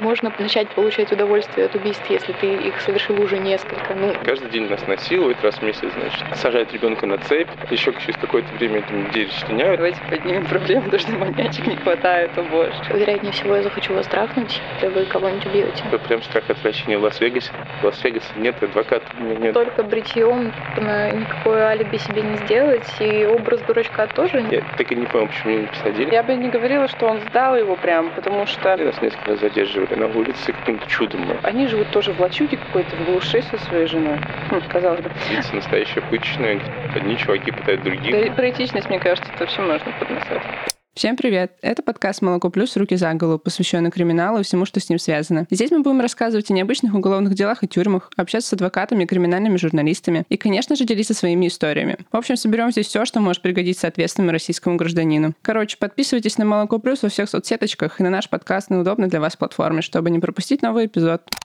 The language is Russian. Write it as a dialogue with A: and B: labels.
A: Можно начать получать удовольствие от убийств, если ты их совершил уже несколько. Ну,
B: Каждый день нас насилуют, раз в месяц, значит, сажают ребенка на цепь, еще через какое-то время там дети штыняют.
C: Давайте поднимем проблему, потому что маньячек не хватает, о боже.
A: вероятнее всего, я захочу вас трахнуть, если вы кого-нибудь убьете.
B: Это Типа Прям страх отвращения в Лас-Вегасе. В Лас-Вегасе нет адвоката, у меня нет.
D: Только бритьем на никакое алиби себе не сделать, и образ дурачка тоже
B: Я так и не понял, почему меня не посадили.
C: Я бы не говорила, что он сдал его прям, потому что
B: Нас несколько раз задерживали на улице каким-то чудом. а мы.
C: они живут тоже в лачуге какой-то, в глуши со своей женой. Хм, казалось бы.
B: Улица настоящая пыточная. Одни чуваки пытают
C: Да и
B: других.
C: про этичность, мне кажется, это вообще можно подносить. Всем привет! Это подкаст «Молоко плюс. Руки за голову», посвященный криминалу и всему, что с ним связано. Здесь мы будем рассказывать о необычных уголовных делах и тюрьмах, общаться с адвокатами, криминальными журналистами и, конечно же, делиться своими историями. В общем, соберем здесь все, что может пригодиться ответственному российскому гражданину. Короче, подписывайтесь на «Молоко плюс» во всех соцсеточках и на наш подкаст на удобной для вас платформе, чтобы не пропустить новый эпизод.